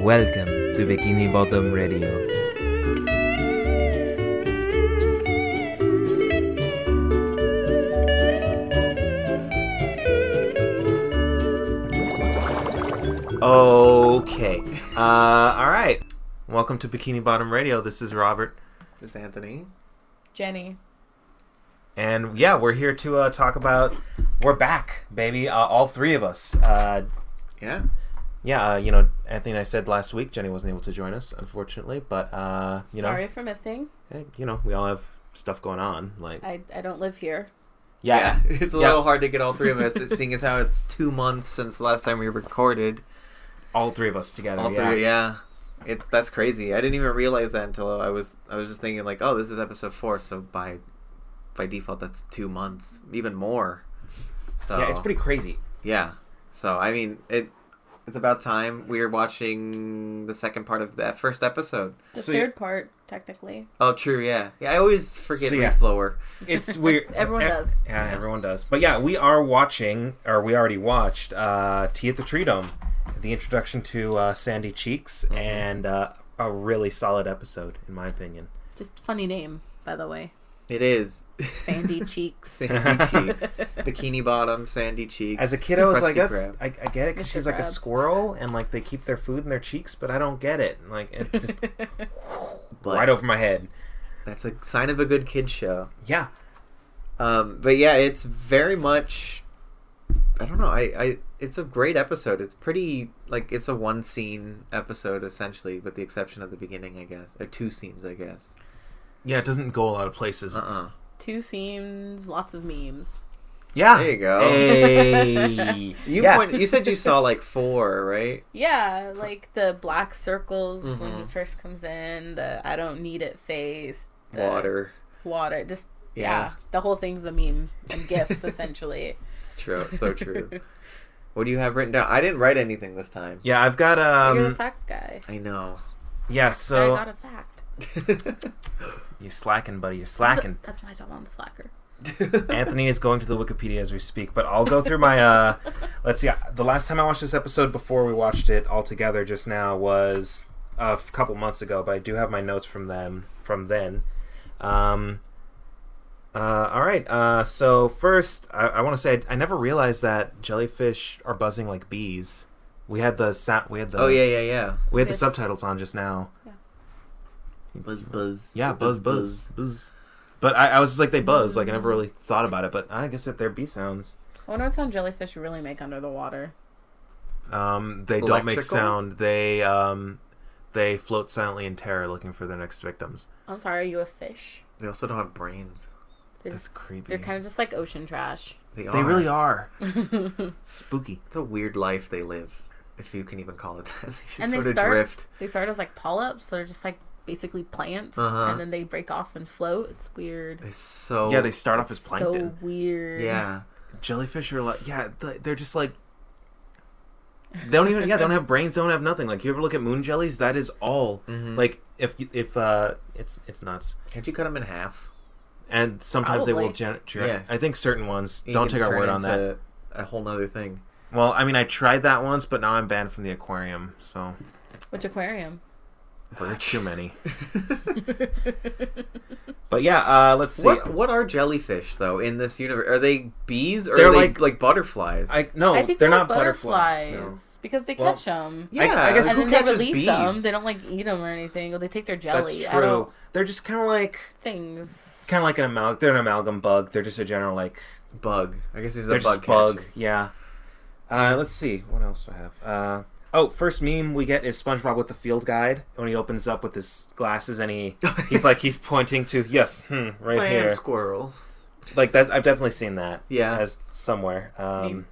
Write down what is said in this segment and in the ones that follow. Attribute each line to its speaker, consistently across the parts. Speaker 1: Welcome to Bikini Bottom Radio. Okay. Uh, all right. Welcome to Bikini Bottom Radio. This is Robert.
Speaker 2: This is Anthony.
Speaker 3: Jenny.
Speaker 1: And yeah, we're here to uh, talk about. We're back, baby. Uh, all three of us. Uh,
Speaker 2: Yeah.
Speaker 1: yeah, uh, you know, Anthony and I said last week Jenny wasn't able to join us, unfortunately. But uh, you know,
Speaker 3: Sorry for missing.
Speaker 1: eh, you know, we all have stuff going on. Like,
Speaker 3: I, I don't live here.
Speaker 1: yeah,
Speaker 2: It's a
Speaker 1: Yeah.
Speaker 2: little hard to get all three of us, seeing as how it's two months since the last time we recorded.
Speaker 1: all three of us together.
Speaker 2: All
Speaker 1: yeah.
Speaker 2: three, yeah. It's that's crazy. I didn't even realize that until I was I was just thinking like, oh, this is episode four, so by by default that's two months, even more. So
Speaker 1: Yeah, it's pretty crazy.
Speaker 2: Yeah. So I mean, it it's about time we are watching the second part of that first episode.
Speaker 3: The
Speaker 1: So you-
Speaker 3: third part, technically.
Speaker 2: Oh, true. Yeah. Yeah. I always forget
Speaker 1: So,
Speaker 2: so,
Speaker 1: yeah. It's weird.
Speaker 3: Everyone
Speaker 1: Eh,
Speaker 3: does.
Speaker 1: Yeah, everyone does. But yeah, we are watching, or we already watched, uh, Tea at the Tree Dome, the introduction to uh, Sandy Cheeks,
Speaker 2: Mm-hmm.
Speaker 1: and uh, a really solid episode, in my opinion.
Speaker 3: Just funny name, by the way.
Speaker 2: It is
Speaker 3: Sandy Cheeks.
Speaker 2: sandy cheeks, bikini bottom, sandy cheeks.
Speaker 1: As a kid, I was
Speaker 2: Krusty
Speaker 1: like, that's,
Speaker 2: Krab.
Speaker 1: I, I get it 'cause
Speaker 3: Mr.
Speaker 1: she's like a
Speaker 3: Krabs.
Speaker 1: squirrel, and like they keep their food in their cheeks, but I don't get it. Like, it just
Speaker 2: But
Speaker 1: right over my head.
Speaker 2: That's a sign of a good kid show.
Speaker 1: Yeah,
Speaker 2: Um, but yeah, it's very much. I don't know. I, I it's a great episode. It's pretty like it's a one scene episode essentially, with the exception of the beginning, I guess. Or two scenes, I guess.
Speaker 1: yeah, it doesn't go a lot of places.
Speaker 2: Uh
Speaker 1: It's-
Speaker 2: uh
Speaker 3: Two scenes, lots of memes.
Speaker 1: Yeah,
Speaker 2: There you go.
Speaker 1: Hey,
Speaker 2: You
Speaker 1: yeah.
Speaker 2: point, you said you saw like four, right?
Speaker 3: Yeah, like the black circles when he
Speaker 1: Mm-hmm.
Speaker 2: Mhm.
Speaker 3: first comes in, the I don't need it face, the
Speaker 2: Water.
Speaker 3: Water. Just, yeah.
Speaker 2: Yeah.
Speaker 3: The whole thing's a meme and GIFs, essentially.
Speaker 2: It's true. So true. what do you have written down? I didn't write anything this time.
Speaker 1: yeah, I've got
Speaker 3: You're the
Speaker 1: um,
Speaker 3: facts guy.
Speaker 2: I know.
Speaker 1: yeah. So
Speaker 3: I got a fact.
Speaker 1: you slacking, buddy. You're slacking.
Speaker 3: That's my job. I'm a slacker.
Speaker 1: Anthony is going to the Wikipedia as we speak, but I'll go through my. Uh, let's see. The last time I watched this episode before we watched it all together just now was a f- couple months ago, but I do have my notes from them from then. Um, uh, all right. Uh, so first, I, I want to say I, I never realized that jellyfish are buzzing like bees. We had the sa- we had the
Speaker 2: Oh yeah, yeah, yeah.
Speaker 1: we had the
Speaker 3: Yes.
Speaker 1: subtitles on just now.
Speaker 2: Buzz, buzz.
Speaker 1: Yeah, buzz, buzz, buzz. But I, I was just like they buzz. Like I never really thought about it, but I guess if they're bee sounds.
Speaker 3: I wonder what sound jellyfish really make under the water.
Speaker 1: Um, they don't make
Speaker 2: Electrical?
Speaker 1: sound. They um, they float silently in terror, looking for their next victims.
Speaker 3: I'm sorry, are you a fish?
Speaker 2: They also don't have brains.
Speaker 3: They're,
Speaker 1: That's
Speaker 3: just,
Speaker 1: creepy.
Speaker 3: they're kind of just like ocean trash.
Speaker 2: They,
Speaker 1: They
Speaker 2: are.
Speaker 1: really are. Spooky.
Speaker 2: It's a weird life they live, if you can even call it that. They just
Speaker 3: And they
Speaker 2: sort of
Speaker 3: start-
Speaker 2: drift.
Speaker 3: They start as like polyps, so they're just like basically plants,
Speaker 2: Uh-huh.
Speaker 3: and then they break off and float. It's weird.
Speaker 2: They're so
Speaker 1: Yeah, they start off as
Speaker 3: It's
Speaker 1: plankton.
Speaker 3: So weird.
Speaker 2: yeah.
Speaker 1: Jellyfish are like yeah, th- they're just like they don't even yeah they don't have brains, they don't have nothing. Like you ever look at moon jellies, that is all.
Speaker 2: Mhm.
Speaker 1: Like if you- if uh, it's it's nuts.
Speaker 2: Can't you cut them in half?
Speaker 1: And sometimes they will.
Speaker 3: Probably.
Speaker 1: Gen- gen-
Speaker 2: Yeah.
Speaker 1: I think certain ones.
Speaker 2: You
Speaker 1: don't
Speaker 2: can
Speaker 1: take our
Speaker 2: turn
Speaker 1: word on that.
Speaker 2: into A whole nother thing.
Speaker 1: Well, I mean, I tried that once, but now I'm banned from the aquarium. So.
Speaker 3: Which aquarium?
Speaker 1: Too many. Oh, But yeah, uh, let's see.
Speaker 2: what what are jellyfish though in this universe? Are they bees or
Speaker 1: They're
Speaker 2: are they
Speaker 1: like-
Speaker 2: like like butterflies?
Speaker 1: I no,
Speaker 3: I think
Speaker 1: they're,
Speaker 3: they're,
Speaker 1: not
Speaker 3: like
Speaker 1: butterflies.
Speaker 3: butterflies,
Speaker 1: No.
Speaker 3: because they
Speaker 1: Well,
Speaker 3: catch them.
Speaker 2: yeah,
Speaker 1: I guess-
Speaker 3: And
Speaker 2: who
Speaker 3: then they
Speaker 2: catches
Speaker 3: release
Speaker 2: bees?
Speaker 3: them. They don't like eat them or anything, or they take their
Speaker 1: That's
Speaker 3: jelly out
Speaker 1: true.
Speaker 3: of
Speaker 1: They're just kind of like
Speaker 3: things.
Speaker 1: kind of like an amalgam. They're an amalgam bug. They're just a general like
Speaker 2: Bug. I guess he's
Speaker 1: they're
Speaker 2: a
Speaker 1: just
Speaker 2: bug.
Speaker 1: bug.
Speaker 2: catcher.
Speaker 1: Yeah. Uh, let's see what else do I have. Uh, oh, first meme we get is SpongeBob with the field guide when he opens up with his glasses and he he's like he's pointing to yes hmm, right
Speaker 2: Plant
Speaker 1: here
Speaker 2: squirrel.
Speaker 1: like that. I've definitely seen that
Speaker 2: Yeah.
Speaker 1: as somewhere um,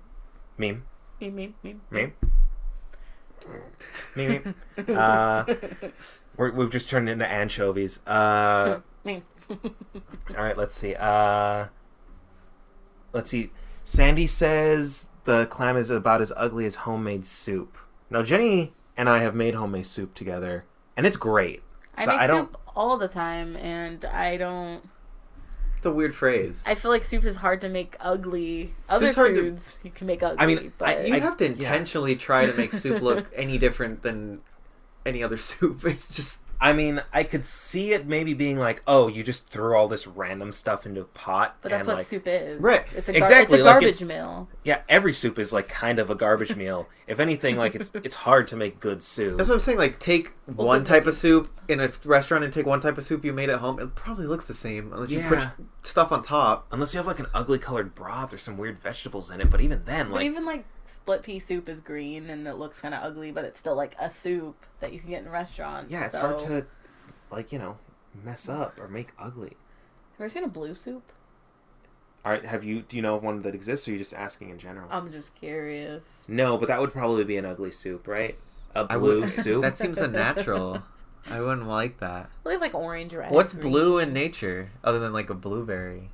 Speaker 1: meme
Speaker 3: Me, me, me.
Speaker 1: meme meme meme. Uh, we're, we've just turned into anchovies. Uh,
Speaker 3: Me.
Speaker 1: all right, let's see. Uh, let's see. Sandy says the clam is about as ugly as homemade soup. Now, Jenny and I have made homemade soup together, and it's great.
Speaker 3: I
Speaker 1: So
Speaker 3: make
Speaker 1: I, don't.
Speaker 3: soup all the time, and I don't.
Speaker 2: It's a weird phrase.
Speaker 3: I feel like soup is hard to make ugly. Other
Speaker 2: Soup's hard to-
Speaker 3: foods you can make ugly.
Speaker 1: I mean, I-
Speaker 3: but
Speaker 2: you
Speaker 1: I-
Speaker 2: have to
Speaker 1: yeah.
Speaker 2: intentionally try to make soup look any different than any other soup. It's just
Speaker 1: I mean, I could see it maybe being like, oh, you just threw all this random stuff into a pot.
Speaker 3: But that's
Speaker 1: and
Speaker 3: what
Speaker 1: like,
Speaker 3: soup is.
Speaker 2: Right,
Speaker 3: It's a, gar-
Speaker 1: exactly,
Speaker 3: it's a
Speaker 1: like,
Speaker 3: garbage
Speaker 1: it's-
Speaker 3: mill.
Speaker 1: Yeah, every soup is like kind of a garbage meal. If anything, like it's it's hard to make good soup.
Speaker 2: that's what I'm saying. Like, take
Speaker 3: Well,
Speaker 2: one
Speaker 3: good
Speaker 2: type of soup in a restaurant and take one type of soup you made at home. It probably looks the same unless you
Speaker 1: Yeah.
Speaker 2: put stuff on top.
Speaker 1: Unless you have like an ugly colored broth or some weird vegetables in it, but even then,
Speaker 3: but
Speaker 1: like
Speaker 3: even like split pea soup is green and it looks kind of ugly, but it's still like a soup that you can get in restaurants.
Speaker 1: yeah, it's
Speaker 3: so-
Speaker 1: hard to like you know mess up or make ugly.
Speaker 3: Have you ever seen a blue soup?
Speaker 1: Are, have you do you know of one that exists? or Are you just asking in general?
Speaker 3: I'm just curious.
Speaker 1: no, but that would probably be an ugly soup, right? A
Speaker 2: I
Speaker 1: blue
Speaker 2: would-
Speaker 1: soup.
Speaker 2: That seems unnatural. I wouldn't like that.
Speaker 3: Well, they have like orange, red.
Speaker 2: What's
Speaker 3: green,
Speaker 2: blue in nature other than like a blueberry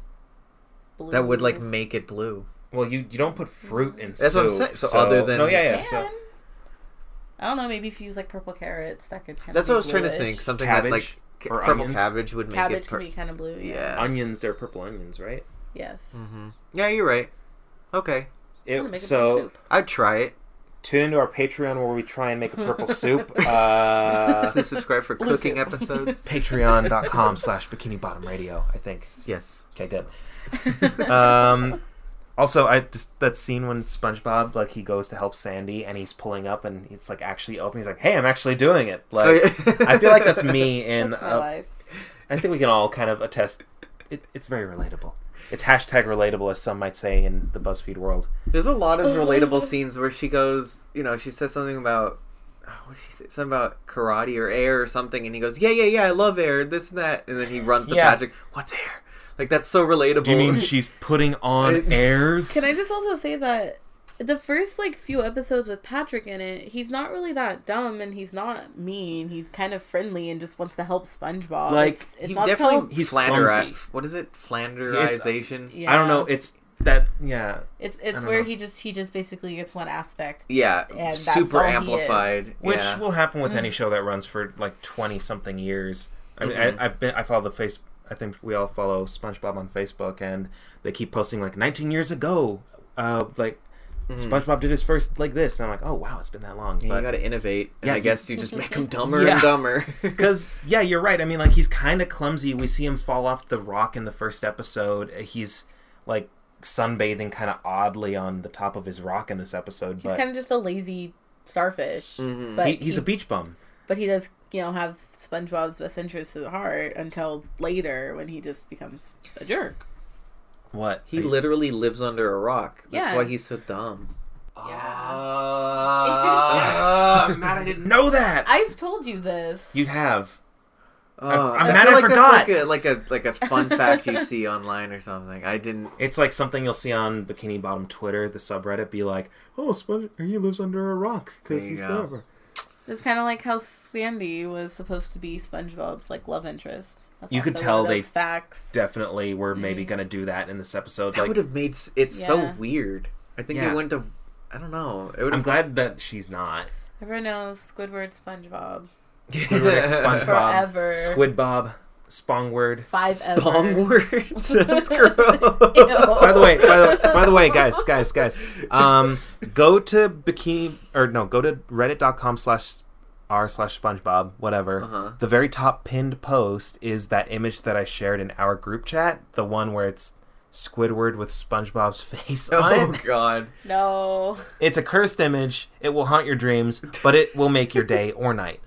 Speaker 3: blue.
Speaker 2: that would like make it blue?
Speaker 1: Well, you you don't put fruit in
Speaker 2: That's what
Speaker 1: soup.
Speaker 2: I'm saying. So other than-
Speaker 1: no, yeah,
Speaker 2: You
Speaker 1: yeah.
Speaker 3: Can.
Speaker 1: So
Speaker 3: I don't know. Maybe if you use like purple carrots, that could. Kind
Speaker 2: That's
Speaker 3: of
Speaker 2: what I was trying to think. Something
Speaker 1: cabbage
Speaker 2: that like ca-
Speaker 1: or
Speaker 2: purple
Speaker 1: onions.
Speaker 2: cabbage would make
Speaker 3: Cabbage
Speaker 2: it. Per-
Speaker 3: can be kind of blue. Yeah.
Speaker 2: yeah.
Speaker 1: onions, they're purple onions, right?
Speaker 3: Yes.
Speaker 2: hmm Yeah, you're right. Okay,
Speaker 1: It-
Speaker 3: I'm gonna make a
Speaker 1: so
Speaker 3: blue soup.
Speaker 2: I'd try it.
Speaker 1: tune into our Patreon where we try and make a purple soup. Uh,
Speaker 2: Please subscribe for
Speaker 3: Blue
Speaker 2: cooking
Speaker 3: soup.
Speaker 2: episodes.
Speaker 1: Patreon.com slash Bikini Bottom Radio, I think.
Speaker 2: Yes.
Speaker 1: Okay, good.
Speaker 2: uh,
Speaker 1: Um, also, I just that scene when SpongeBob like he goes to help Sandy and he's pulling up and it's like actually open. He's like, "Hey, I'm actually doing it." Like,
Speaker 2: Oh, yeah.
Speaker 1: I feel like that's me. In
Speaker 3: That's my
Speaker 1: uh,
Speaker 3: life.
Speaker 1: I think we can all kind of attest. It, it's very relatable. It's hashtag relatable, as some might say in the BuzzFeed world.
Speaker 2: There's a lot of relatable scenes where she goes, you know, she says something about, oh, what did she say? Something about karate or air or something, and he goes, yeah, yeah, yeah, I love air, this and that, and then he runs to
Speaker 1: Yeah.
Speaker 2: Patrick. What's air? Like that's so relatable.
Speaker 1: she's putting on airs?
Speaker 3: Can I just also say that the first like few episodes with Patrick in it, he's not really that dumb and he's not mean. He's kind of friendly and just wants to help SpongeBob.
Speaker 1: Like,
Speaker 3: it's,
Speaker 2: he
Speaker 3: it's not
Speaker 2: definitely
Speaker 3: definitely
Speaker 1: he's
Speaker 2: he's flanderi-
Speaker 1: clumsy. uh,
Speaker 2: What is it? Flanderization.
Speaker 3: yeah.
Speaker 1: I don't know. It's that. Yeah.
Speaker 3: it's
Speaker 1: I
Speaker 3: it's
Speaker 1: don't
Speaker 3: where
Speaker 1: know.
Speaker 3: he just he just basically gets one aspect.
Speaker 2: Yeah,
Speaker 3: And that's
Speaker 2: super
Speaker 3: all he is.
Speaker 2: amplified.
Speaker 1: which
Speaker 2: yeah.
Speaker 1: will happen with
Speaker 3: Mm.
Speaker 1: any show that runs for like 20 something years i mean I, i've been i follow the face i think we all follow spongebob on facebook and they keep posting like 19 years ago uh like spongebob did his first like this and i'm like oh wow it's been that long
Speaker 2: Mm-hmm. Yeah, you
Speaker 1: but
Speaker 2: got to innovate. And
Speaker 1: Yeah,
Speaker 2: I
Speaker 1: you-
Speaker 2: guess you just make him dumber
Speaker 1: Yeah.
Speaker 2: and dumber.
Speaker 1: because yeah you're right i mean like he's kind of clumsy we see him fall off the rock in the first episode he's like sunbathing kind of oddly on the top of his rock in this episode
Speaker 3: He's
Speaker 1: but
Speaker 3: kind of just a lazy starfish,
Speaker 2: Mhm.
Speaker 3: but
Speaker 1: he, he's
Speaker 3: he,
Speaker 1: a beach bum
Speaker 3: but he does you know have SpongeBob's best interest at heart until later when he just becomes a jerk.
Speaker 1: what
Speaker 2: he literally lives under a rock. That's
Speaker 3: Yeah.
Speaker 2: why he's so dumb.
Speaker 1: Ah, I'm mad I didn't know that.
Speaker 3: I've told you this.
Speaker 1: you have.
Speaker 2: Oh,
Speaker 1: I'm
Speaker 2: I
Speaker 1: mad
Speaker 2: feel
Speaker 1: I
Speaker 2: like that's
Speaker 1: forgot.
Speaker 2: Like a, like a like a fun fact you see online or something. I didn't.
Speaker 1: It's like something you'll see on Bikini Bottom Twitter, the subreddit, be like, "Oh, Sponge, he lives under a rock because
Speaker 2: There you
Speaker 1: he's
Speaker 2: go.
Speaker 1: never."
Speaker 3: It's kind of like how Sandy was supposed to be SpongeBob's like love interest. That's
Speaker 1: You could
Speaker 3: also
Speaker 1: tell
Speaker 3: one of those
Speaker 1: they-
Speaker 3: facts.
Speaker 1: Definitely, we're maybe gonna do that in this episode.
Speaker 2: That
Speaker 1: like,
Speaker 2: would have made s- it so
Speaker 3: Yeah.
Speaker 2: weird. I think
Speaker 1: Yeah.
Speaker 2: it wouldn't have. I don't know. It would
Speaker 1: I'm
Speaker 2: have.
Speaker 1: glad that she's not.
Speaker 3: Everyone knows Squidward, SpongeBob,
Speaker 1: Squidward, SpongeBob,
Speaker 3: Forever.
Speaker 1: Squid Bob, Spongward.
Speaker 3: five
Speaker 2: Bong
Speaker 3: ever.
Speaker 2: word. That's gross.
Speaker 1: By the way, by the, by the way, guys, guys, guys, um, go to bikini or no, go to reddit.com slash r slash SpongeBob, whatever.
Speaker 2: Uh-huh.
Speaker 1: The very top pinned post is that image that I shared in our group chat, the one where it's Squidward with SpongeBob's face
Speaker 2: oh
Speaker 1: on it.
Speaker 2: god.
Speaker 3: No,
Speaker 1: It's a cursed image. It will haunt your dreams, but it will make your day or night.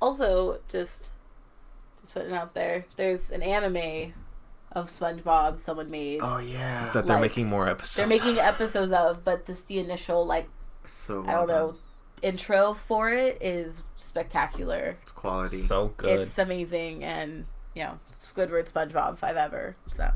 Speaker 3: also just just putting out there. There's an anime of SpongeBob someone made.
Speaker 2: Oh yeah.
Speaker 1: That they're
Speaker 3: Like,
Speaker 1: making more
Speaker 3: They're
Speaker 1: episodes.
Speaker 3: making
Speaker 1: of.
Speaker 3: episodes of, but this the initial like
Speaker 2: so.
Speaker 3: I
Speaker 2: well
Speaker 3: don't know
Speaker 2: done.
Speaker 3: intro for it is spectacular.
Speaker 2: It's quality.
Speaker 1: so good.
Speaker 3: It's amazing, and you know Squidward, SpongeBob, five ever. So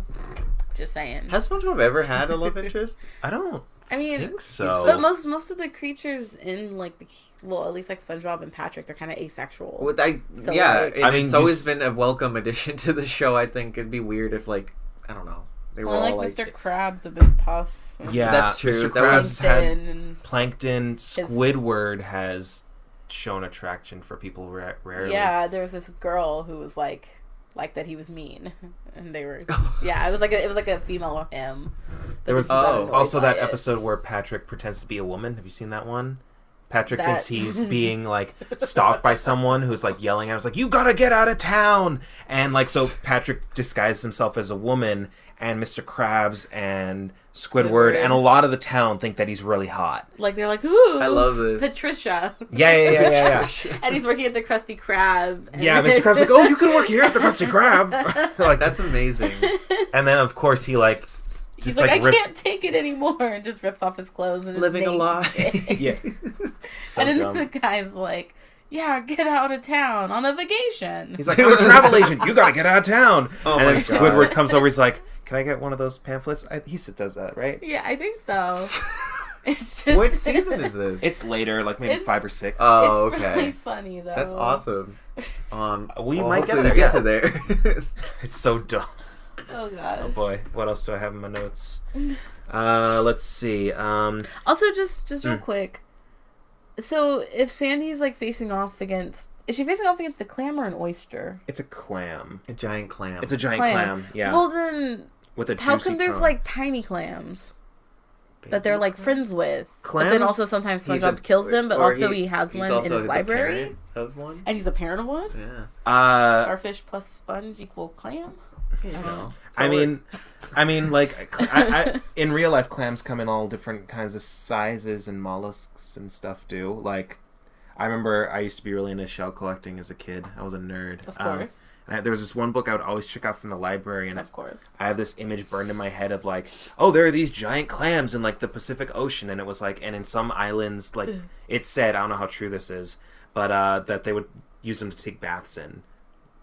Speaker 3: just saying.
Speaker 2: Has SpongeBob ever had a love interest?
Speaker 1: I don't
Speaker 3: I mean,
Speaker 1: think
Speaker 3: But
Speaker 1: so.
Speaker 3: most most of the creatures in like the well, at least like SpongeBob and Patrick, they're kind of asexual.
Speaker 2: With I
Speaker 3: So,
Speaker 2: yeah,
Speaker 3: like-
Speaker 2: and
Speaker 1: I mean,
Speaker 2: it's
Speaker 1: you
Speaker 2: always
Speaker 1: s-
Speaker 2: been a welcome addition to the show. I think it'd be weird if like I don't know they were
Speaker 3: well, like,
Speaker 2: all like
Speaker 3: Mr. Krabs and Miss Puff. and
Speaker 1: Yeah,
Speaker 2: That's true.
Speaker 1: Mr.
Speaker 2: That was-
Speaker 1: Krabs had
Speaker 3: Plankton and-
Speaker 1: Plankton Squidward has shown attraction for people ra- rarely.
Speaker 3: yeah, there was this girl who was like like that he was mean, and they were yeah, it was like a, it was like a female him.
Speaker 1: There was
Speaker 2: Oh.
Speaker 1: also that episode where Patrick pretends to be a woman. Have you seen that one? Patrick
Speaker 3: That-
Speaker 1: thinks he's being like stalked by someone who's like yelling at him, it's like, You gotta get out of town and like so Patrick disguises himself as a woman and Mr. Krabs and Squidward,
Speaker 3: Squidward.
Speaker 1: and a lot of the town think that he's really hot.
Speaker 3: Like they're like, ooh,
Speaker 2: I love this.
Speaker 3: Patricia,
Speaker 1: Yeah, yeah, yeah, yeah, yeah.
Speaker 3: and he's working at the Krusty Krab. and-
Speaker 1: Yeah, Mr. Krabs like, oh, you can work here at the Krusty Krab. like
Speaker 2: That's amazing.
Speaker 1: and then of course he like
Speaker 3: He's
Speaker 1: just
Speaker 3: like,
Speaker 1: like
Speaker 3: I
Speaker 1: rips.
Speaker 3: can't take it anymore, and just rips off his clothes and is
Speaker 2: living a
Speaker 3: naked.
Speaker 2: lie.
Speaker 1: Yeah. So
Speaker 3: and then
Speaker 1: dumb.
Speaker 3: the guy's like, "Yeah, get out of town on a vacation."
Speaker 1: He's like, I'm a travel agent. You gotta get out of town.
Speaker 2: Oh
Speaker 1: and
Speaker 2: my
Speaker 1: then Squidward
Speaker 2: God.
Speaker 1: comes over. He's like, Can I get one of those pamphlets? I, he s- does that, right?
Speaker 3: "Yeah, I think so." It's just,
Speaker 2: what season is this?
Speaker 1: It's later, like maybe
Speaker 3: It's-
Speaker 1: five or six.
Speaker 2: Uh,
Speaker 3: It's
Speaker 2: Oh, okay.
Speaker 3: really funny though.
Speaker 2: That's awesome. Um,
Speaker 1: Uh, We
Speaker 2: well,
Speaker 1: might get
Speaker 2: hopefully
Speaker 1: there,
Speaker 2: we
Speaker 1: yeah.
Speaker 2: to there.
Speaker 1: it's so dumb.
Speaker 3: Oh gosh.
Speaker 1: Oh boy, what else do I have in my notes? Uh, let's see. Um,
Speaker 3: Also, just just real
Speaker 1: Mm.
Speaker 3: quick. So if Sandy's like facing off against, is she facing off against the clam or an oyster?
Speaker 1: it's a clam.
Speaker 2: a giant clam.
Speaker 1: It's a giant clam.
Speaker 3: Clam.
Speaker 1: Yeah,
Speaker 3: Well, then
Speaker 1: with a
Speaker 3: how
Speaker 1: juicy
Speaker 3: come there's
Speaker 1: tongue.
Speaker 3: like tiny clams that they're like friends with? But
Speaker 1: Clams?
Speaker 3: then also sometimes
Speaker 2: He's
Speaker 3: SpongeBob
Speaker 2: a-
Speaker 3: kills them, but
Speaker 2: or
Speaker 3: also he, has
Speaker 2: he's
Speaker 3: one
Speaker 2: also
Speaker 3: in his
Speaker 2: the
Speaker 3: library,
Speaker 2: parent Of one.
Speaker 3: and he's a parent of one.
Speaker 2: Yeah.
Speaker 1: Uh,
Speaker 3: Starfish plus sponge equal clam.
Speaker 2: You know, it's
Speaker 1: I
Speaker 2: all
Speaker 1: mean,
Speaker 2: works.
Speaker 1: I mean, like, cl- I, I, in real life, clams come in all different kinds of sizes, and mollusks and stuff do. Like, I remember I used to be really into shell collecting as a kid. I was a nerd.
Speaker 3: Of
Speaker 1: Um,
Speaker 3: course,
Speaker 1: and I, there was this one book I would always check out from the library, and
Speaker 3: of course.
Speaker 1: I have this image burned in my head of like, oh, there are these giant clams in like the Pacific Ocean, and it was like, and in some islands, like
Speaker 3: Ugh.
Speaker 1: it said, I don't know how true this is, but uh, that they would use them to take baths in,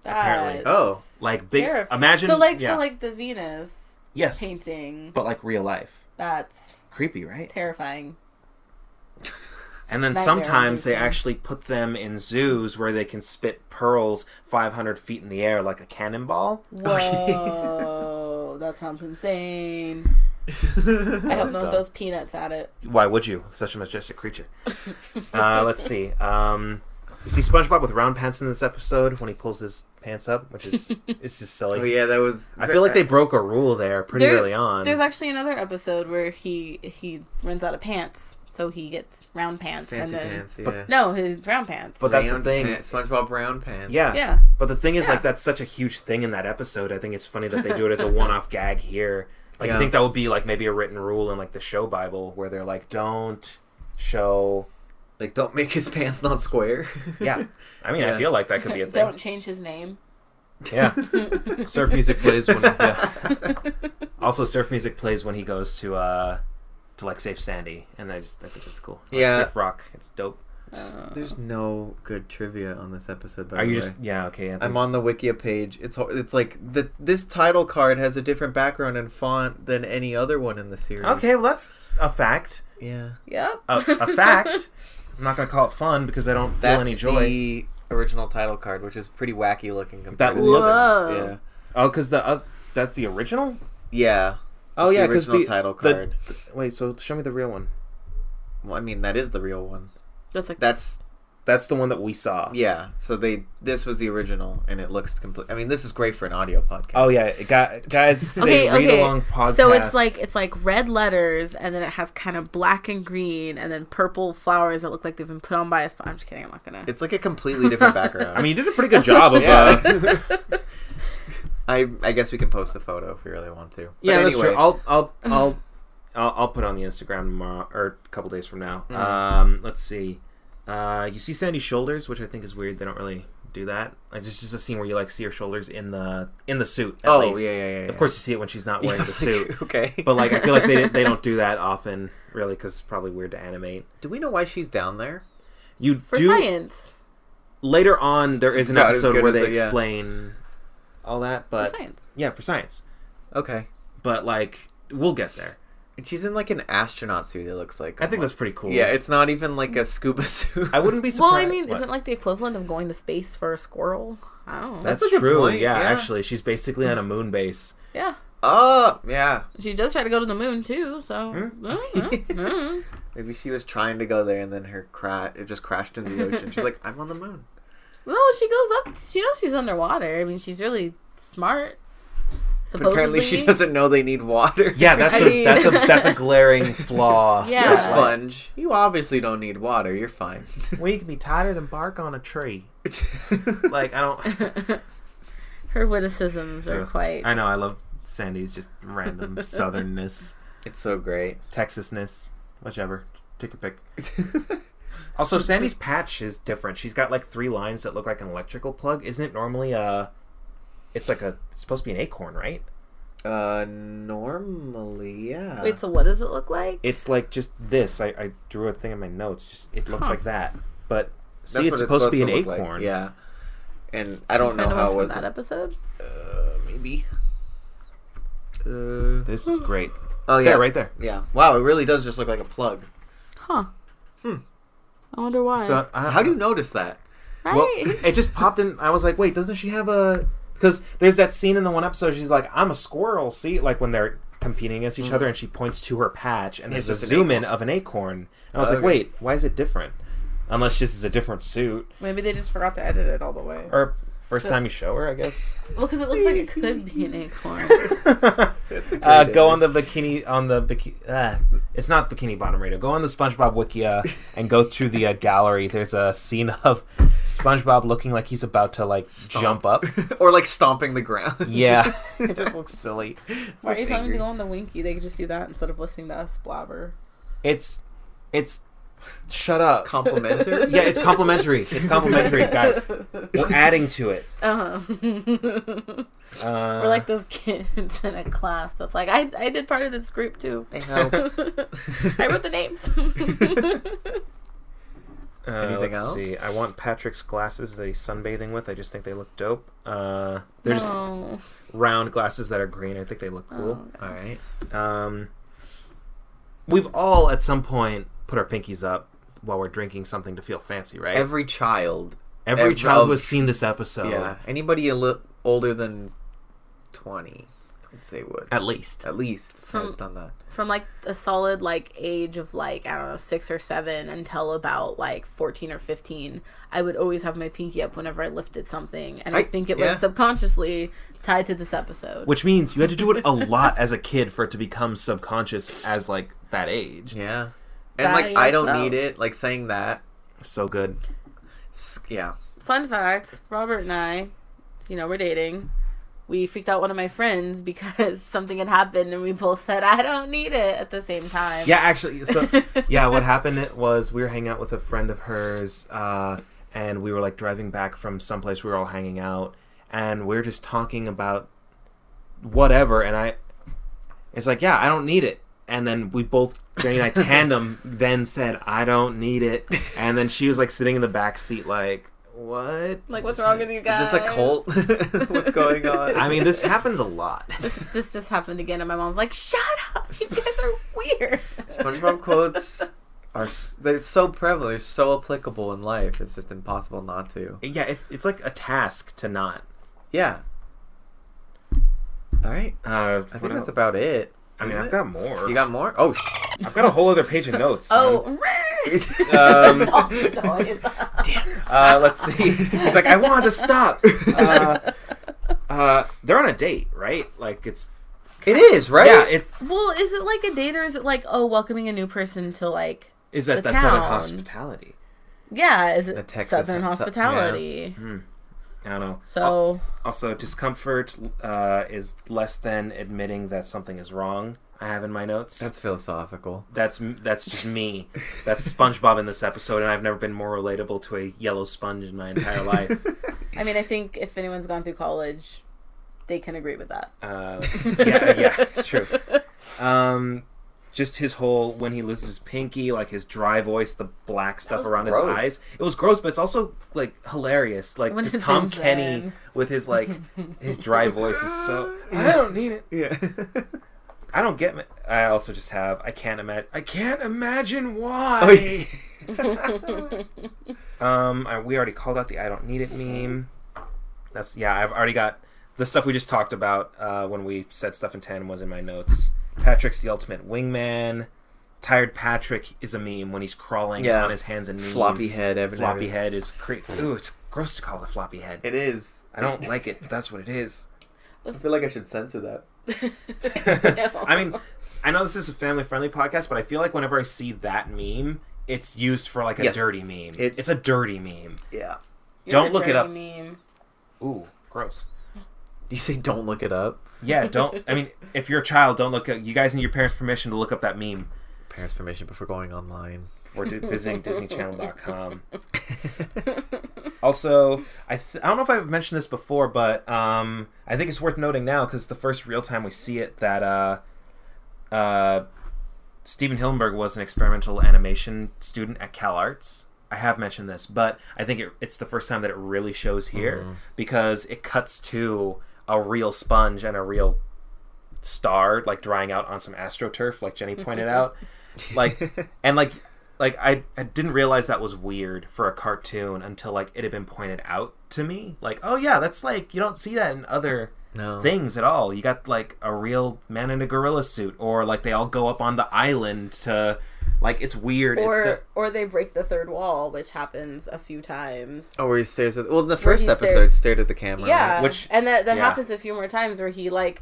Speaker 1: Apparently.
Speaker 3: That's
Speaker 2: Oh.
Speaker 1: like big.
Speaker 3: terrifying.
Speaker 1: Imagine,
Speaker 3: So like
Speaker 1: yeah.
Speaker 3: so like the Venus
Speaker 1: yes,
Speaker 3: painting.
Speaker 1: but like real life,
Speaker 3: That's
Speaker 1: creepy, right?
Speaker 3: terrifying.
Speaker 1: And then
Speaker 3: Nightmare
Speaker 1: sometimes they
Speaker 3: inducing.
Speaker 1: actually put them in zoos where they can spit pearls 500 feet in the air like a cannonball.
Speaker 3: Whoa, that sounds insane. I hope
Speaker 1: was
Speaker 3: not
Speaker 1: dumb.
Speaker 3: those peanuts had it.
Speaker 1: Why would you? Such a majestic creature. Uh, let's see. Um, you see SpongeBob with round pants in this episode when he pulls his pants up, which is it's just silly.
Speaker 2: oh yeah, that was.
Speaker 1: I feel like they broke a rule there pretty
Speaker 3: There-
Speaker 1: early on.
Speaker 3: There's actually another episode where he he runs out of pants, so he gets round pants,
Speaker 2: fancy
Speaker 3: and then
Speaker 2: pants. Yeah.
Speaker 3: no, his round pants.
Speaker 1: But that's the
Speaker 2: Brown
Speaker 1: thing.
Speaker 2: pants, SpongeBob brown pants.
Speaker 1: yeah.
Speaker 3: yeah,
Speaker 1: but the thing is,
Speaker 3: Yeah.
Speaker 1: like, that's such a huge thing in that episode. I think it's funny that they do it as a one-off gag here. Like, I
Speaker 2: Yeah.
Speaker 1: think that would be like maybe a written rule in like the show Bible where they're like, "Don't show."
Speaker 2: Like, don't make his pants not square.
Speaker 1: Yeah, I mean, I
Speaker 2: Yeah.
Speaker 1: feel like that could be a thing.
Speaker 3: don't change his name.
Speaker 1: Yeah, surf music plays when. Yeah. Also, surf music plays when he goes to uh to like Safe Sandy, and I just I think it's cool. Like,
Speaker 2: Yeah.
Speaker 1: surf rock, it's dope.
Speaker 2: Just- There's no good trivia on this episode. By
Speaker 1: Are
Speaker 2: the
Speaker 1: you
Speaker 2: way.
Speaker 1: just yeah okay? Yeah,
Speaker 2: I'm on the Wikia page. It's ho- it's like the this title card has a different background and font than any other one in the series.
Speaker 1: Okay, well that's a fact.
Speaker 2: Yeah.
Speaker 3: yep.
Speaker 1: A, a fact. I'm not gonna call it fun because I don't feel
Speaker 2: That's
Speaker 1: any joy.
Speaker 2: the original title card, which is pretty wacky looking compared
Speaker 1: That
Speaker 2: to the others.
Speaker 3: looks-
Speaker 2: Yeah.
Speaker 1: Oh, because the uh, that's the original.
Speaker 2: Yeah.
Speaker 1: Oh
Speaker 2: It's
Speaker 1: yeah,
Speaker 2: the
Speaker 1: because
Speaker 2: original
Speaker 1: the
Speaker 2: title
Speaker 1: the-
Speaker 2: card.
Speaker 1: Wait, so show me the real one.
Speaker 2: Well, I mean, that is the real one.
Speaker 3: That's like
Speaker 2: That's
Speaker 1: That's the one that we saw.
Speaker 2: yeah. So they this was the original, and it looks complete. I mean, this is great for an audio podcast.
Speaker 1: Oh yeah, it got, guys.
Speaker 3: Okay,
Speaker 1: read
Speaker 3: okay.
Speaker 1: along podcast.
Speaker 3: So it's like it's like red letters, and then it has kind of black and green, and then purple flowers that look like they've been put on by a sponge. I'm just kidding. I'm not gonna.
Speaker 2: It's like a completely different background.
Speaker 1: I mean, you did a pretty good job of.
Speaker 2: Yeah.
Speaker 1: Uh,
Speaker 2: I I guess we can post the photo if we really want to. But
Speaker 1: yeah, that's
Speaker 2: anyway,
Speaker 1: true. I'll I'll I'll I'll, I'll put it on the Instagram tomorrow or a couple days from now.
Speaker 2: Mm.
Speaker 1: Um, let's see. Uh, you see Sandy's shoulders, which I think is weird. They don't really do that. Like just just a scene where you like see her shoulders in the in the suit. At
Speaker 2: Oh,
Speaker 1: least.
Speaker 2: yeah, yeah, yeah,
Speaker 1: Of
Speaker 2: yeah.
Speaker 1: course, you see it when she's not
Speaker 2: Yeah, I
Speaker 1: wearing the
Speaker 2: was like,
Speaker 1: suit.
Speaker 2: Okay.
Speaker 1: But like, I feel like they didn't- they don't do that often, really, because it's probably weird to animate.
Speaker 2: do we know why she's down there?
Speaker 1: You
Speaker 3: for
Speaker 1: do
Speaker 3: science.
Speaker 1: later on. There
Speaker 2: It's
Speaker 1: is an
Speaker 2: about as
Speaker 1: episode
Speaker 2: good
Speaker 1: where
Speaker 2: as
Speaker 1: they
Speaker 2: it- yeah.
Speaker 1: explain all that, but
Speaker 3: for science.
Speaker 1: yeah, for science.
Speaker 2: Okay.
Speaker 1: But like, we'll get there.
Speaker 2: And she's in like an astronaut suit. It looks like.
Speaker 1: I think that's pretty cool.
Speaker 2: Yeah, it's not even like a scuba suit.
Speaker 1: I wouldn't be
Speaker 3: Well,
Speaker 1: surprised.
Speaker 3: I mean,
Speaker 1: What?
Speaker 3: isn't like the equivalent of going to space for a squirrel? I don't know.
Speaker 1: That's,
Speaker 2: That's a good
Speaker 1: true.
Speaker 2: point,
Speaker 1: Yeah,
Speaker 2: yeah.
Speaker 1: actually, she's basically on a moon base.
Speaker 3: yeah,
Speaker 2: Oh yeah.
Speaker 3: she does try to go to the moon too. So
Speaker 1: Hmm?
Speaker 3: Mm, mm, mm.
Speaker 2: Maybe she was trying to go there and then her cra- it just crashed in the ocean. She's like, I'm on the moon.
Speaker 3: well, she goes up. She knows she's underwater. I mean, she's really smart.
Speaker 2: But
Speaker 3: Supposedly,
Speaker 2: apparently, she doesn't know they need water.
Speaker 1: Yeah, that's
Speaker 3: I
Speaker 1: a
Speaker 3: mean-
Speaker 1: that's a that's a glaring flaw.
Speaker 3: Yeah.
Speaker 2: You're a
Speaker 1: Like,
Speaker 2: sponge. You obviously don't need water. You're fine.
Speaker 1: We can be tighter than bark on a tree. Like I don't.
Speaker 3: her witticisms are
Speaker 1: Yeah.
Speaker 3: quite.
Speaker 1: I know. I love Sandy's just random southernness,
Speaker 2: it's so great.
Speaker 1: Texasness, whichever. Take a pick. Also, Sandy's patch is different. She's got like three lines that look like an electrical plug. Isn't it normally a? It's like a. It's supposed to be an acorn, right?
Speaker 2: uh, normally, yeah.
Speaker 3: Wait, so what does it look like?
Speaker 1: It's like just this. I, I drew a thing in my notes. Just it looks
Speaker 3: Huh.
Speaker 1: like that. But
Speaker 2: That's
Speaker 1: see,
Speaker 2: what
Speaker 1: it's supposed, to be an
Speaker 2: look like,
Speaker 1: acorn.
Speaker 2: Yeah. And I don't know
Speaker 3: Find
Speaker 2: how it
Speaker 3: one from
Speaker 2: was.
Speaker 3: that episode.
Speaker 2: Uh, maybe. Uh,
Speaker 1: This is great.
Speaker 2: oh yeah,
Speaker 1: Yeah, right there. Uh-huh.
Speaker 2: Yeah. Wow, it really does just look like a plug.
Speaker 3: Huh.
Speaker 2: Hmm.
Speaker 3: I wonder why.
Speaker 1: So I,
Speaker 2: How do you notice that?
Speaker 3: right?
Speaker 1: Well, it just popped in. I was like, wait, doesn't she have a? Because there's that scene in the one episode. She's like, I'm a squirrel. See, like when they're competing against each other, and she points to her patch, and
Speaker 2: It's
Speaker 1: there's a
Speaker 2: just an
Speaker 1: zoom in of Mm-hmm. an acorn. And I was like,
Speaker 2: Okay.
Speaker 1: wait, why is it different? Unless this is a different suit,
Speaker 3: Maybe they just forgot to edit it all the way.
Speaker 1: or first time you show her, I guess.
Speaker 3: Well, because it looks like it could be an acorn.
Speaker 1: uh, go on the bikini on the bikini. Uh, it's not bikini bottom radio. Go on the SpongeBob wikia and go through the uh, gallery. There's a scene of SpongeBob looking like he's about to like jump up.
Speaker 2: or like stomping the ground.
Speaker 1: Yeah, it just looks silly.
Speaker 3: Why are you
Speaker 2: It's
Speaker 3: telling me to
Speaker 2: angry.
Speaker 3: go on the Winky? They could just do that instead of listening to us blabber.
Speaker 1: It's it's shut up.
Speaker 2: Complimentary.
Speaker 1: yeah, it's complimentary. It's complimentary, guys. We're adding to it.
Speaker 3: Uh-huh.
Speaker 1: Uh,
Speaker 3: We're like those kids in a class that's like, I, I did part of this group too.
Speaker 2: They helped.
Speaker 3: I wrote the names.
Speaker 1: uh,
Speaker 2: Anything
Speaker 1: let's
Speaker 2: else?
Speaker 1: See, I want Patrick's glasses that he's sunbathing with. I just think they look dope. Uh, they're just
Speaker 3: No.
Speaker 1: round glasses that are green. I think they look cool.
Speaker 3: Oh,
Speaker 2: All right.
Speaker 1: Um, we've all at some point put our pinkies up while we're drinking something to feel fancy, right? Every,
Speaker 2: Every child. ev-
Speaker 1: child who has
Speaker 2: oh,
Speaker 1: seen this episode,
Speaker 2: Yeah. Anybody a little older than twenty, I'd say would
Speaker 1: at least.
Speaker 2: at least
Speaker 3: From-
Speaker 2: has done that.
Speaker 3: From like a solid like age of like, I don't know, six or seven until about like 14 or 15, I would always have my pinky up whenever I lifted something. And I,
Speaker 2: I-
Speaker 3: think it
Speaker 2: yeah.
Speaker 3: was subconsciously tied to this episode.
Speaker 1: Which means you had to do it a lot as a kid for it to become subconscious as like that age.
Speaker 2: Yeah. And
Speaker 3: That
Speaker 2: like I don't
Speaker 3: is-
Speaker 2: need it. Like saying that.
Speaker 1: So good.
Speaker 2: s- Yeah.
Speaker 3: Fun fact Robert and I, you know, we're dating. We freaked out one of my friends because something had happened and we both said, I don't need it at the same time.
Speaker 1: Yeah, actually, so yeah, what happened was we were hanging out with a friend of hers, uh, and we were like driving back from someplace we were all hanging out, and we were just talking about whatever, and I, it's like, yeah, I don't need it, and then we both, Jenny and I, tandem, then said, I don't need it, and then she was like sitting in the back seat, like, what?
Speaker 3: Like, what's wrong with you guys?
Speaker 2: Is this a cult? What's going on?
Speaker 1: I mean, this happens a lot.
Speaker 3: This just happened again, and my mom's like, "Shut up! You guys are weird."
Speaker 2: SpongeBob quotes are s- they're so prevalent, they're so applicable in life. It's just impossible not to.
Speaker 1: yeah, it's it's like a task to not.
Speaker 2: Yeah. All right.
Speaker 1: Uh,
Speaker 2: I think that's about it.
Speaker 1: I mean,
Speaker 2: isn't
Speaker 1: I've
Speaker 2: it?
Speaker 1: got more.
Speaker 2: You got more? Oh,
Speaker 1: I've got a whole other page of notes. son.
Speaker 3: Oh,
Speaker 1: Um,
Speaker 3: All the noise.
Speaker 1: Uh, let's see. He's like, I want to stop. Uh, uh, they're on a date, right? Like it's
Speaker 2: it is right.
Speaker 1: yeah. It's
Speaker 3: well, is it like a date, or is it like oh, welcoming a new person to like?
Speaker 1: is
Speaker 3: The
Speaker 1: that that's not
Speaker 3: town.
Speaker 1: hospitality.
Speaker 3: Yeah, is
Speaker 2: The
Speaker 3: it
Speaker 2: Texas-
Speaker 3: Southern
Speaker 2: so-
Speaker 3: hospitality?
Speaker 1: Mm. I don't know. Al-
Speaker 3: So
Speaker 1: also, discomfort uh, is less than admitting that something is wrong. I have in my notes.
Speaker 2: that's philosophical.
Speaker 1: that's m- that's just me. That's SpongeBob in this episode, and I've never been more relatable to a yellow sponge in my entire life.
Speaker 3: I mean, I think if anyone's gone through college, they can agree with that.
Speaker 1: Uh, yeah, yeah, it's true. Um, just his whole when he loses his pinky, like his dry voice, the black stuff
Speaker 2: was
Speaker 1: around his
Speaker 2: gross.
Speaker 1: eyes. It was gross, but it's also like hilarious. Like
Speaker 3: When
Speaker 1: just
Speaker 3: it
Speaker 1: Tom
Speaker 3: zooms
Speaker 1: Kenny
Speaker 3: in.
Speaker 1: with his like his dry voice is so. I don't need it.
Speaker 2: Yeah.
Speaker 1: I don't get. Ma- I also just have. I can't imagine. I can't imagine why.
Speaker 2: oh, yeah. Oh,
Speaker 1: Um, I, we already called out the I don't need it meme. That's yeah. I've already got the stuff we just talked about uh, when we said stuff in tandem was in my notes. Patrick's the ultimate wingman. Tired Patrick is a meme when he's crawling
Speaker 2: Yeah.
Speaker 1: on his hands and knees.
Speaker 2: Floppy head, every-
Speaker 1: Floppy head is cre- ooh, it's gross to call it a floppy head.
Speaker 2: It is.
Speaker 1: I don't like it, but that's what it is.
Speaker 2: I feel like I should censor that.
Speaker 1: I mean, I know this is a family friendly podcast, but I feel like whenever I see that meme, it's used for like a
Speaker 2: Yes.
Speaker 1: dirty meme.
Speaker 2: It-
Speaker 1: it's a dirty meme.
Speaker 2: Yeah.
Speaker 1: don't look it up.
Speaker 3: Meme.
Speaker 1: Ooh, gross.
Speaker 2: You say don't look it up.
Speaker 1: Yeah, don't. I mean, if you're a child, don't look. Up, you guys need your parents' permission to look up that meme.
Speaker 2: Parents' permission before going online.
Speaker 1: Or di- visiting DisneyChannel.com. Also, I, th- I don't know if I've mentioned this before, but um, I think it's worth noting now because the first real time we see it that uh, uh, Steven Hillenberg was an experimental animation student at Cal Arts. I have mentioned this, but I think it, it's the first time that it really shows here because it cuts to a real sponge and a real star like drying out on some astroturf, like Jenny pointed out. Like and like like I, I didn't realize that was weird for a cartoon until like it had been pointed out to me like oh yeah that's like you don't see that in other
Speaker 2: no.
Speaker 1: things at all you got like a real man in a gorilla suit or like they all go up on the island to like it's weird
Speaker 3: Or
Speaker 1: it's the,
Speaker 3: or they break the third wall, which happens a few times.
Speaker 2: Oh, where he stares at. Well, in the first
Speaker 3: he
Speaker 2: episode,
Speaker 3: stared-
Speaker 2: stared at the camera.
Speaker 3: Yeah,
Speaker 2: right?
Speaker 1: Which-
Speaker 3: and that that
Speaker 1: yeah.
Speaker 3: happens a few more times where he like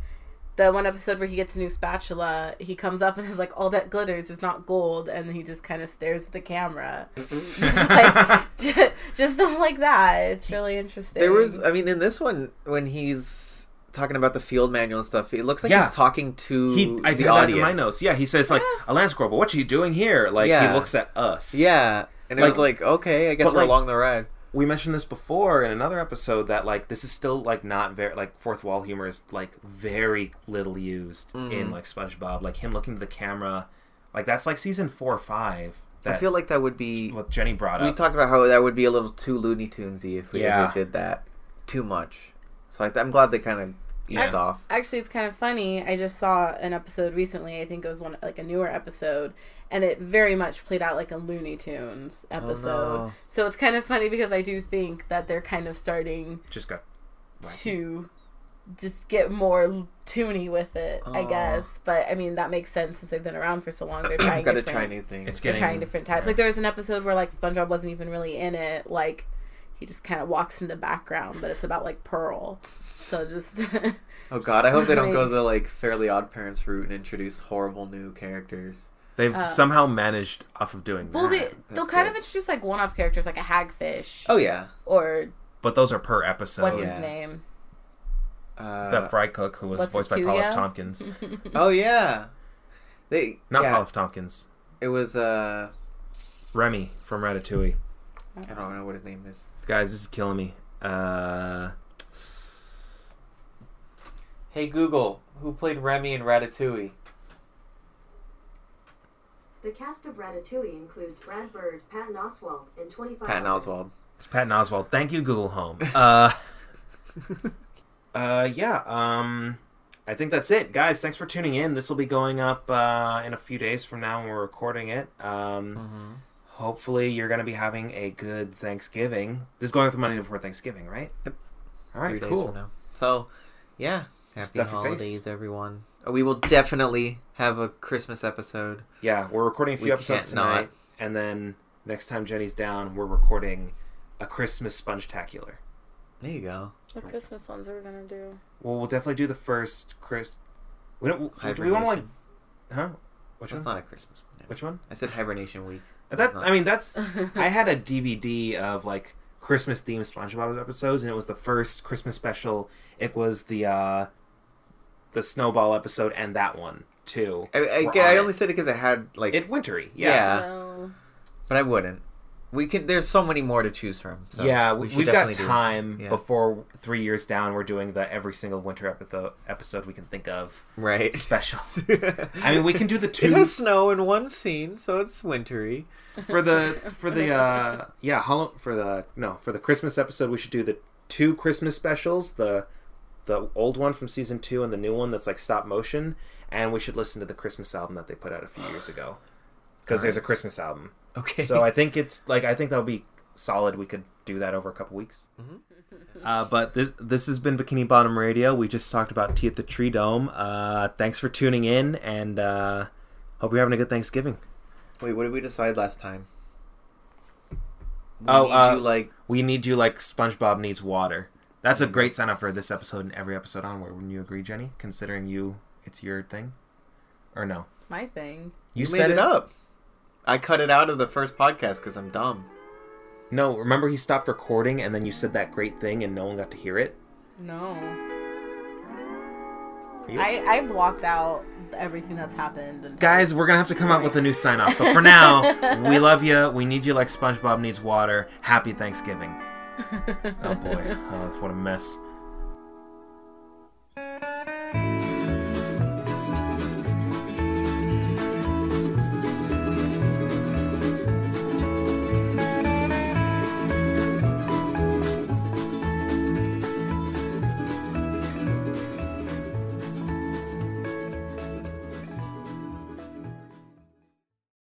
Speaker 3: the one episode where he gets a new spatula, he comes up and is like, "All that glitters is not gold," and then he just kind of stares at the camera, just like ju- just stuff like that. It's really interesting.
Speaker 2: There was. I mean, in this one, when he's talking about the field manual and stuff, it looks like
Speaker 1: Yeah.
Speaker 2: he's talking to
Speaker 1: he i
Speaker 2: the
Speaker 1: did that
Speaker 2: audience.
Speaker 1: in my notes yeah he says like alan but what are you doing here like
Speaker 2: Yeah.
Speaker 1: he looks at us
Speaker 2: Yeah, and it
Speaker 1: Like-
Speaker 2: was like, okay, I guess
Speaker 1: But,
Speaker 2: we're
Speaker 1: like-
Speaker 2: along the ride.
Speaker 1: we mentioned this before in another episode that like this is still like not very like fourth wall humor is like very little used in like SpongeBob. Like him looking to the camera, like that's like season four or five. That
Speaker 2: I feel like that would be.
Speaker 1: what Jenny brought
Speaker 2: We
Speaker 1: up.
Speaker 2: talked about how that would be a little too Looney Tunesy if we
Speaker 1: Yeah.
Speaker 2: ever did that too much. So I, I'm glad they kind of eased
Speaker 1: Yeah.
Speaker 2: off.
Speaker 3: actually it's kind of funny i just saw an episode recently i think it was one like a newer episode and it very much played out like a looney tunes
Speaker 1: Oh,
Speaker 3: episode
Speaker 2: no.
Speaker 3: so it's kind of funny because i do think that they're kind of starting
Speaker 1: Just got
Speaker 3: to just get more l- toony with it i
Speaker 2: Oh.
Speaker 3: guess but i mean that makes sense since they've been around for so long they're trying
Speaker 2: I've got to
Speaker 3: different-
Speaker 2: try new things.
Speaker 1: it's
Speaker 3: they're
Speaker 1: getting
Speaker 3: trying different types like there was an episode where like spongebob wasn't even really in it like he just kind of walks in the background but it's about like pearl so just
Speaker 2: Oh god, I hope they don't
Speaker 3: Right.
Speaker 2: go the like Fairly Odd Parents route and introduce horrible new characters.
Speaker 1: They've
Speaker 3: Uh,
Speaker 1: somehow managed off of doing
Speaker 3: Well,
Speaker 1: that,
Speaker 3: they, they'll
Speaker 2: that's
Speaker 3: kind
Speaker 2: good.
Speaker 3: of introduce like one-off characters, like a hagfish
Speaker 2: Oh yeah,
Speaker 3: or
Speaker 1: but those are per episode.
Speaker 3: what's
Speaker 2: yeah.
Speaker 3: his name?
Speaker 2: uh,
Speaker 1: That fry cook who was
Speaker 3: What's
Speaker 1: voiced by
Speaker 3: it,
Speaker 1: Paula
Speaker 3: Tuya?
Speaker 1: Tompkins,
Speaker 2: oh yeah, they
Speaker 1: not
Speaker 2: yeah,
Speaker 1: Paula Tompkins,
Speaker 2: It was uh,
Speaker 1: Remy from Ratatouille.
Speaker 2: I don't know what his name is.
Speaker 1: Guys, this is killing me. Uh,
Speaker 2: Hey Google, who played Remy in Ratatouille?
Speaker 4: The cast of Ratatouille includes Brad Bird, Patton Oswald, and 25
Speaker 2: Patton
Speaker 4: others.
Speaker 2: Oswald.
Speaker 1: It's Patton Oswald. Thank you, Google Home. Uh, uh, yeah. Um, I think that's it, guys. Thanks for tuning in. This will be going up uh, in a few days from now when we're recording it. Um,
Speaker 2: Mm-hmm.
Speaker 1: Hopefully, you're going to be having a good Thanksgiving. This is going up the Monday before Thanksgiving, right?
Speaker 2: Yep.
Speaker 1: All right.
Speaker 2: Three days
Speaker 1: cool.
Speaker 2: from now. So, yeah, happy
Speaker 1: Stuff your face.
Speaker 2: holidays, everyone. Oh, we will definitely have a Christmas episode.
Speaker 1: Yeah, we're recording a few
Speaker 2: We
Speaker 1: episodes
Speaker 2: can't
Speaker 1: tonight,
Speaker 2: not.
Speaker 1: and then next time Jenny's down, we're recording a Christmas Sponge-tacular.
Speaker 2: There you go.
Speaker 3: What Christmas ones are we gonna do?
Speaker 1: Well, we'll definitely do the first Chris. We don't. Do we want to like?
Speaker 2: Hibernation.
Speaker 1: Huh? Which
Speaker 2: That's
Speaker 1: one?
Speaker 2: not a Christmas. one.
Speaker 1: Which one?
Speaker 2: I said hibernation week.
Speaker 1: That
Speaker 2: not-
Speaker 1: I mean, that's I had a DVD of like Christmas themed SpongeBob episodes, and it was the first Christmas special. It was the uh the snowball episode and that one too.
Speaker 2: I, I,
Speaker 1: were
Speaker 2: I
Speaker 1: on
Speaker 2: only
Speaker 1: it.
Speaker 2: said it because I had like
Speaker 1: it wintry.
Speaker 2: Yeah.
Speaker 1: Yeah,
Speaker 3: No.
Speaker 2: but I wouldn't. We can. There's so many more to choose from. So
Speaker 1: yeah. We,
Speaker 2: should
Speaker 1: we have got
Speaker 2: definitely do it.
Speaker 1: time
Speaker 2: Yeah.
Speaker 1: before three years down. We're doing the every single winter episode episode we can think of.
Speaker 2: right?
Speaker 1: Special. I mean, we can do the two
Speaker 2: It has snow in one scene, so it's wintry.
Speaker 1: for the for the uh yeah hol- for the no for the christmas episode we should do the two christmas specials the the old one from season two and the new one that's like stop motion and we should listen to the christmas album that they put out a few years ago because there's a christmas album
Speaker 2: Okay.
Speaker 1: so i think it's like i think that'll be solid we could do that over a couple weeks uh, but this this has been bikini bottom radio we just talked about tea at the tree dome uh thanks for tuning in and uh hope you're having a good thanksgiving
Speaker 2: wait, what did we decide last time? We
Speaker 1: Oh,
Speaker 2: need
Speaker 1: uh,
Speaker 2: you like
Speaker 1: we need you like spongebob needs water That's a great sign up for this episode and every episode onward. Wouldn't you agree, Jenny? Considering you, it's your thing, or no?
Speaker 3: My thing.
Speaker 2: You, made it, up. I cut it out of the first podcast because I'm dumb.
Speaker 1: No, remember he stopped recording, and then you said that great thing, and no one got to hear it.
Speaker 3: No.
Speaker 1: Are you-
Speaker 3: I, I blocked out everything that's happened. And
Speaker 1: Guys, we're gonna have to come up with a new sign off, but for now, we love you. We need you like SpongeBob needs water. Happy Thanksgiving. Oh boy, oh, that's what a mess.